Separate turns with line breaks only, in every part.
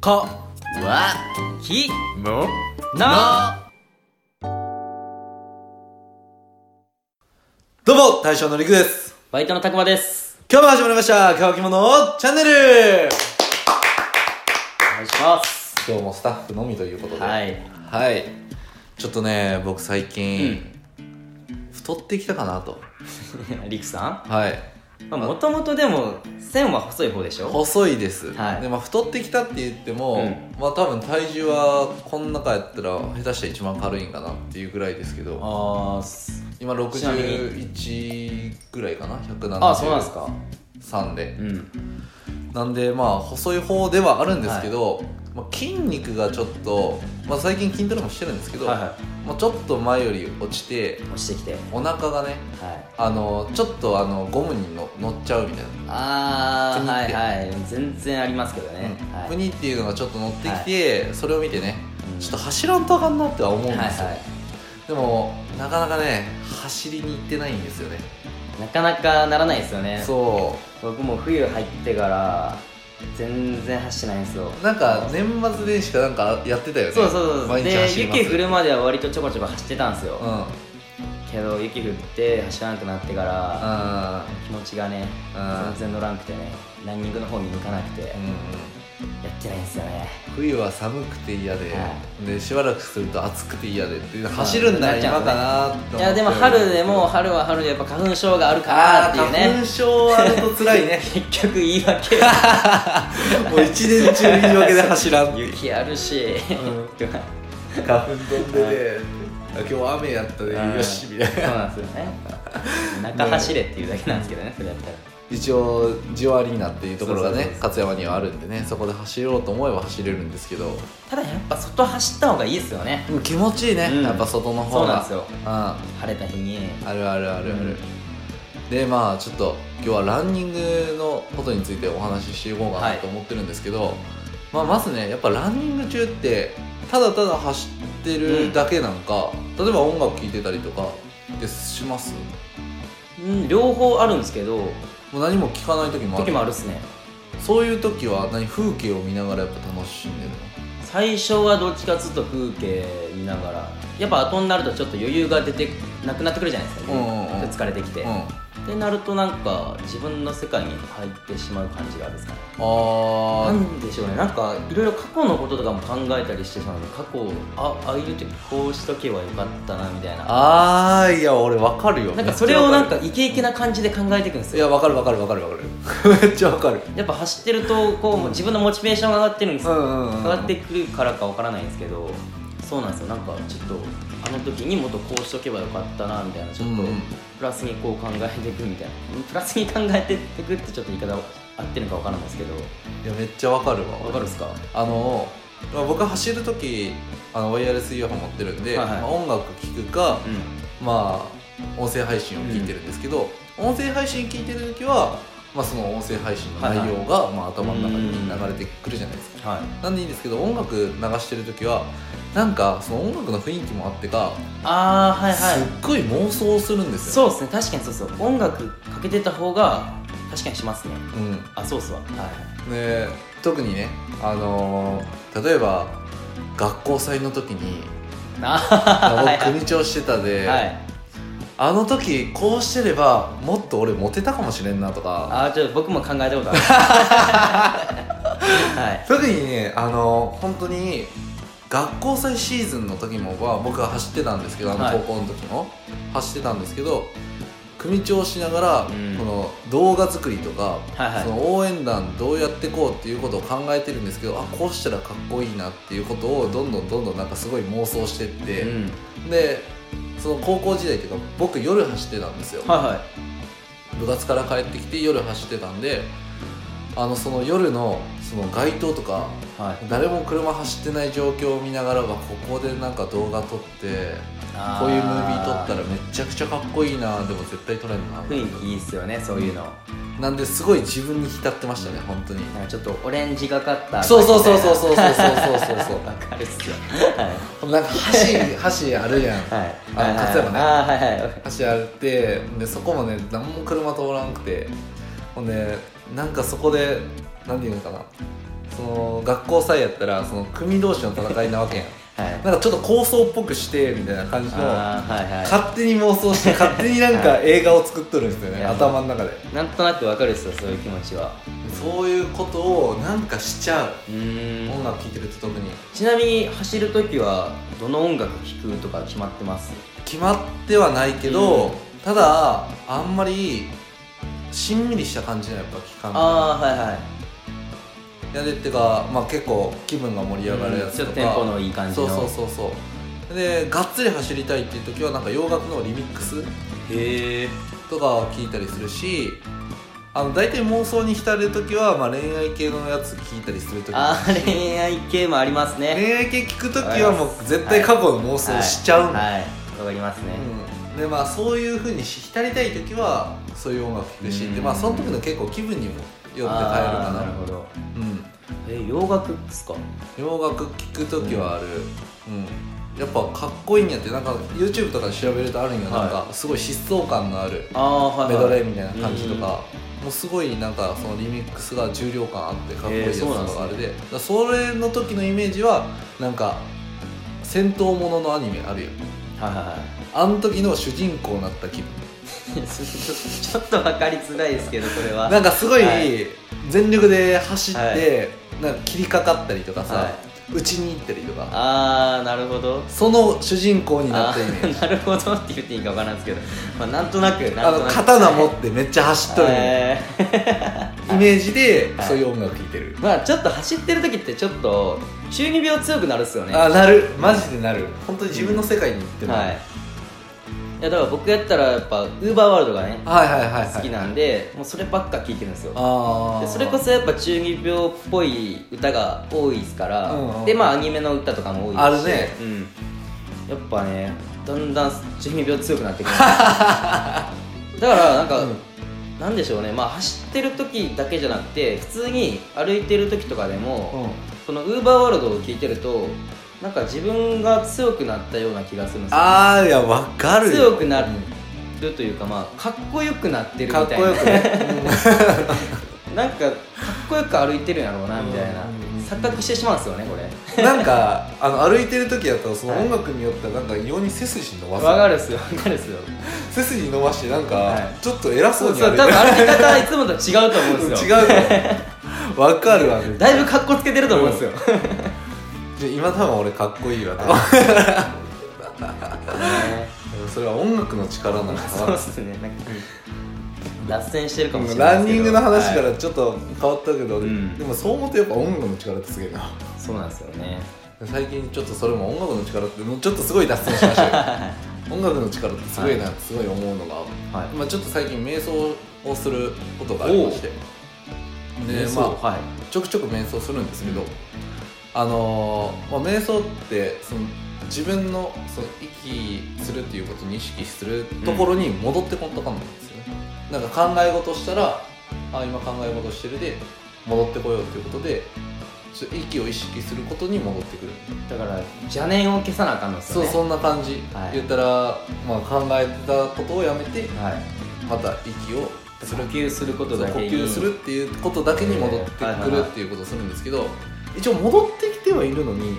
か
わ
き
も
な
どうも、大将のりくです。
バイトのたくまです
今日も始まりました、乾き物チャンネル
お願いします
今日もスタッフのみということで。
はい
はい。ちょっとね、僕最近、太ってきたかなと。
リクさ
はい。
んもともとでも線は細い方でしょ
細いです。
はい
で、まあ太ってきたって言っても、
うん
まあ多分体重はこん中やったら下手したら一番軽いんかなっていうぐらいですけど、
あーす
今
ちなみに
61ぐらいかな ?173
あそうなんですか
で
う。ん
なんでまあ細い方ではあるんですけど、まあ、筋肉がちょっと、まあ、最近筋トレもしてるんですけど、
は
まあ、ちょっと前より落ちて
い落ちてきてはい
お腹がねあのちょっとあのゴムにの乗っちゃうみたい
あー
プニっ
はい
て
はい全然ありますけどね、
な、
はい
プニっていうのがちょっと乗ってきて、それを見てねちょっと走らんとあかんなっては思うんですよ、
はいはい
でもなかなかね走りに行ってないんですよね
なかなかならないですよね
そ
僕も冬入ってから全然走ってないんですよ
うなんか年末年始かなんかやってたよね
そうそうそう
毎日
で
走ります
雪降るまでは割とちょこちょこ走ってたんですよ、
うん
けど雪降って走らなくなってから、
あ
気持ちがね、
うん
全然乗らんくてねランニングの方に向かなくて、
ーう
や
ん
ってないんですよね
冬は寒くて嫌で,、
は
でしばらくすると暑くて嫌でっていう走るんな
な
ら
っちゃ
今
うね
かなって思って
いやでも春でも春は春でやっぱ花粉症があるか
あ
らって
ー
いう
花粉
ね
症あると辛い ね
結局言い訳
もう一年中言い訳で走らんっていう
雪あるし、とか
花粉飛んでねあ今日雨やったね
うん
よしみたい
そう
な
なんですよね中走れっていうだけなんですけどねそれだったら
一応ジオアリーナっていうところが
そう
ね
そうそう
勝山にはあるんでねそこで走ろうと思えば走れるんですけど
ただやっぱ外走った方がいいですよね
うん気持ちいいね、
うん
やっぱ外の
そ
方
うなん
が
ですよ
うんあ
晴れた日に
るあるあるある、でまあちょっと今日はランニングのことについてお話ししていこうか
は
ないと思ってるんですけど、まあ、まずねやっぱランニング中ってただただ走ってるだけなんか、例えば音楽聴いてたりとかってします
うん両方あるんですけど
もう何も聴かない時もある
時もあるっすね
そういう時は何風景を見ながらやっぱ楽しんでるの
最初はどっちかっつうと風景見ながらやっぱ後になるとちょっと余裕が出てなくなってくるじゃないですか、
うんうんうん
疲れてきて、
うん
ってなるとなんか自分の世界に入ってしまう感じがあるんですかねな
あー
んでしょうねなんかいろいろ過去のこととかも考えたりしてしまうので過去をあああいう時こうしとけばよかったなみたいな
あーいや俺わかるよ
なんかそれをなんか
めっち
イケイケな感じで考えていくんです
ゃ
よ
わかるいやわかるわかるわかるわかる めっちゃわかる
やっぱ走ってるとこう自分のモチベーションが上がってるんですよ
ん
上がってくるからかわからないんですけどそうなんですよなんかちょっとあの時にもっとこうしとけばよかったなみたいなちょっと
うんうん
プラスにこう考えていくみたいなプラスに考えていくってちょっと言い方合ってるのかわからないですけど
いやめっちゃわかるわ
わかるっすか
あの、まあ、僕走る時あのワイヤレスイヤホン持ってるんで、
はいはい
まあ、音楽聴くか、
う
まあ、音声配信を聞いてるんですけど、音声配信聞いてる時は、まあ、その音声配信の内容が、まあ、頭の中に流れてくるじゃないですか。
んはい
なんでいいんですけど音楽流してる時はなんかその音楽の雰囲気もあってか、
ああはい
すっ
はい
ごい妄想するんですよ。
そうですね確かにそうそう音楽かけてた方が確かにしますね
うん
あそうっすわはい
ね、特にね、あのー例えば学校祭の時に
あはい
僕
はい
組長してたで、
はい
あの時こうしてればもっと俺モテたかもしれんなとか
あーちょっと僕も考えた ことあるはい
特にねあの本当に学校祭シーズンの時もは僕は走ってたんですけどあ
はい
の高校の時も、走ってたんですけど組長しながら、
うん
この動画作りとか、
はいはい
その応援団どうやってこうっていうことを考えてるんですけどあこうしたらかっこいいなっていうことをどんどんどんどんなんかすごい妄想してって、
うん
でその高校時代っていうか僕夜走ってたんですよ、
はいはい
部活から帰ってきて夜走ってたんであのその夜のその街灯とか
はい
誰も車走ってない状況を見ながらはここでなんか動画撮ってこういうムービー撮ったらめちゃくちゃかっこいいなでも絶対撮れんな
雰囲気いいっすよねそういうの
なんですごい自分に浸ってましたね本当に
なんかちょっとオレンジがかった
そうそうそうそうそうそうそうそう
うわかるっすよ
そうなんか箸箸あるやん
はい
あ
はい
勝山ね
あーはいはい
橋あってでそこもね何も車通らなくてほんでなんかそこで何て言うのかなその学校祭やったらその組同士の戦いなわけやん
はい
なんかちょっと構想っぽくしてみたいな感じの
あーはいは
勝手に妄想して勝手になんか映画を作っとるんですよね、
いや
頭の中で
いなんとなくわかるっすよそういう気持ちは
そういうことをなんかしちゃう
うー
音
ん
楽聴いてると特に
ちなみに走る時はどの音楽聴くとか決まってます
決まってはないけど、
うん
ただあんまりしんみりした感じのやっぱ聴かん
ああはいはい
いやでってか、まあ、結構気分が盛り上がるやつ
ちょ
と
っ
か、
とテンポのいい感じ
そう
の
そうそうそうでがっつり走りたいっていう時はなんか洋楽のリミックス
へえ
とかを聞いたりするしあの大体妄想に浸る時は、まあ、恋愛系のやつ聞いたりする時も
あ
あ
ー
るし
恋愛系もありますね
恋愛系聞く時はもう絶対過去の妄想しちゃうんだ、
はいはいわかりますね
うん、でまあそういうふうに浸りたい時はそういう音楽聴くし、
うん
でまあその時の結構気分にもよって変える
あーなる
か
ほど
な、うん、
え洋楽っすか
洋楽聴く時はある、うんやっぱかっこいいんやってなんか YouTube とかで調べるとあるんよ、
はい
なんかすごい疾走感のある
ああは
メ
いは
ド
い
レーみたいな感じとか、もうすごいなんかそのリミックスが重量感あってかっこいいやつと
えーそうなんですね
かあれで,、それの時のイメージはなんか戦闘もののアニメあるよ
はいはいはい
あの時の主人公になった気分
ちょ ちょっと分かりづらいですけどこれは
なんかすごい
はい
全力で走って、
は
なんか切りかかったりとか
は
さ打ち、に行ったりとか
ああなるほど
その主人公に
あ
なったイメージ
ーなるほどって言っていいか分からんですけど、まあ、なんとなくな
あ
んと
の
なく
刀持ってめっちゃ走っとる、
え
イメージで
はい
そういう音楽聴いてる、
ーまあちょっと走ってる時ってちょっと中二病強くなるっすよねは
あなるマジでなる本当に自分の世界に行って
い
も、はい、
いやだから僕やったらやっぱウーバーワールドがね
はいはいはいはい
好きなんでもうそればっか聴いてるんですよ
あ
で
あ
それこそやっぱ中二病っぽい歌が多いですから、
うんうん
でまあアニメの歌とかも多いですし
あるね
うん、やっぱねだんだん中二病強くなってくる だからなんか、
うん
なんでしょうねまあ走ってる時だけじゃなくて普通に歩いてる時とかで
うん
も、このウーバーワールドを聴いてるとなんか自分が強くなったような気がするんですよ
ああいやわかるよ
強くなるというかまあかっこよくなってるみた
か
いな
っこよくね
なんかかっこよく歩いてるんやろうなみたいな
うん
錯覚してしまうんですよねこれ
うんなんかあの歩いてる時やったらその
はい
音楽によってはなんか異様に背筋伸ば
わ
す
かるっすよわかるっすよ
背筋伸ばしてなんか
はい
ちょっと偉そ
そうう
に
そ
や
う
る
多分歩き方はいつもと違うと思うんです
違
よ
うよわかるわね
だいぶかっこつけてると思うんですよ、
で今多分俺かっこいいわね それは音楽の力なのか
そうっ
な
すねなんか脱線してるかもしれない
ラン
です
ニ
け
ン
ど
グの話か
はい
らちょっと変わったけど、
うん
でもそう思うとやっぱ音楽の力ってすげえな
そうなんですよね
最近ちょっとそれも音楽の力ってもうちょっとすごい脱線しました よ音楽の力ってすごいなってすごい思うのが、
はい
まあ、ちょっと最近瞑想をすることがありましてで
瞑想
ま
はい
あちょくちょく瞑想するんですけど、あのーまあ、瞑想ってその自分のその息するっていうことに意識するところに戻ってこんとかんないんですよね、なんか考え事したらあ今考え事してるで戻ってこようっていうことでちょっと息を意識することに戻ってくる
だから邪念を消さなあかんのっす
そ
よ
う
ね
そんな感じ、
はい
言ったら、まあ、考えてたことをやめて
はい
また息を
呼吸すること
そう
だ
呼
けに
吸するっていうことだけに戻って
えーは
く
いはい
る
はい
っていうことをするんですけど、一応戻ってきてはいるのに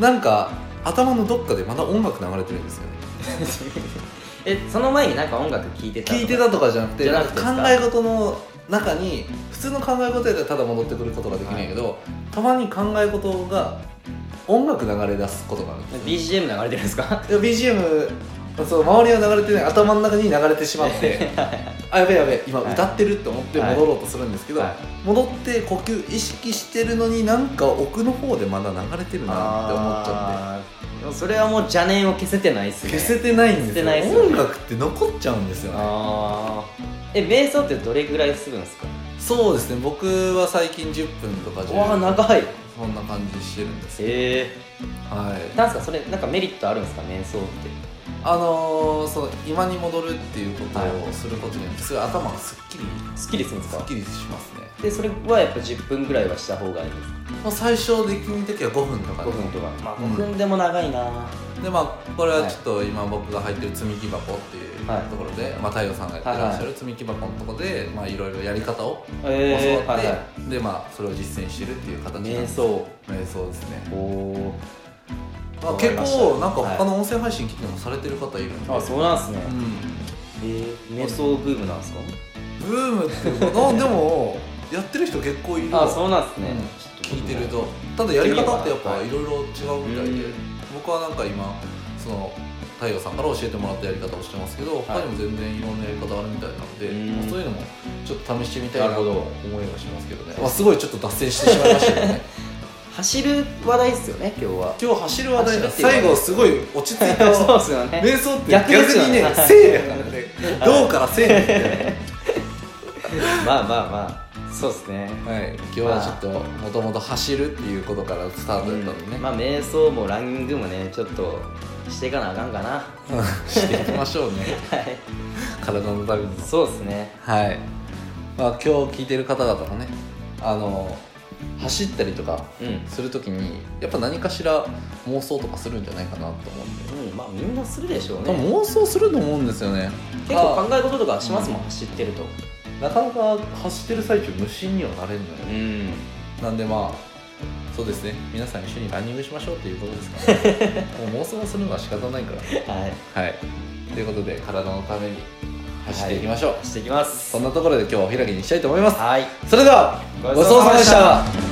なんか頭のどっかでまだ音楽流れてるんですよね
えその前になんか音楽聴いてたとか
聞いてたとかじゃなくて
じゃなくてですか
考え事の中に普通の考え事やったらただ戻ってくることができないけど、たまに考え事が音楽流れ出すことがあるんですよ
BGM 流れてるんです か
いや BGM そう周りは流れてない頭の中に流れてしまって あやべえやべえ今
はい
歌ってるって思って
はい
戻ろうとするんですけど、
はい
戻って呼吸意識してるのになんか奥の方でまだ流れてるなって思っちゃ
あーでもそれはもう邪念を消せてないっ
っ
す
て
ね
消せてないんで
消
す
せ
よ
ないっすよね
音楽って残っちゃうんですよね
ああえ瞑想ってどれぐらいするんですか
そうですね僕は最近10分とか10
わあ長いへ
そんな感じしてるんですよ
え
はい
なんすかそれなんかメリットあるんですか瞑想って
あのー、その今に戻るっていうこと
は
をすることによってすごい頭がすっきり
すっきりするんです
すっ
か
きりしますね
でそれはやっぱ10分ぐらいはした方がいいです
もう最初できる時は5分とか
5
で
分とかまあ
うん
5分でも長いな、
でまあこれはちょっと今僕が入ってる積み木箱っていう
はい
ところで、まあ、太陽さんがやってらっしゃる積み木箱のところで、まあ、いろいろやり方を教わって、
えー、はいは
でまあそれを実践してるっていう形なん
い
で
瞑
す
想
瞑想ですね、
おお
まあ、
わか
結
りました
構なんか他の音声配信聞いてもされてる方いるんで、
あそうなんすね、
うん
えー、瞑想ブームなんですか
ブームっていうかあでもやってる人結構いるわ
あそうなんすね、
うん
ちょっと
聞いてるとただやり方ってやっぱ
はい
いろいろ違うみたいで、
うん
僕はなんか今その太陽さんから教えてもらったやり方をしてますけど、他にも全然いろんなやり方あるみたいなので、
うん
まあそういうのもちょっと試してみたいな
な
と
るほど
思いはしますけどね、まあ、すごいちょっと脱線してしまいましたけど ね
走る話題っすよね今日は
今日走る話題が
走るってい
最
うの
後
は
すごい落ち着い た
そうっすよね
瞑想って逆
逆ですよ
に
ね
ねせいやからねどうからせいやみたいな
まあまあまあそうっすね
はい、今日はちょっともともと走るっていうことからスタートだったのでね、
まあ瞑想もランニングもねちょっとしていかなあかんかな
していきましょうね
はい
体のためにも
そうっすね
はい、まあ、今日聞いてる方々もねあの走ったりとか
うん
するときにやっぱ何かしら妄想とかするんじゃないかなと思って
うん、まあみんなするでしょう
多分
ね
妄想すると思うんですよね
結構考
ま
え事とかしますもん、
うん
走ってると
あなかなか走ってる最中無心にはなれるのよね
ん
なんでまあそうですね皆さん一緒にランニングしましょうっていうことですから、 ね、もう妄想するのは仕方ないから
はい
はい、ということで体のために走っていきましょう、
走っていきます
そんなところで今日はお開きにしたいと思います
はい
それではご
ご
ち
ちそうう
そ
さ
さま
ま
で
で
し
したた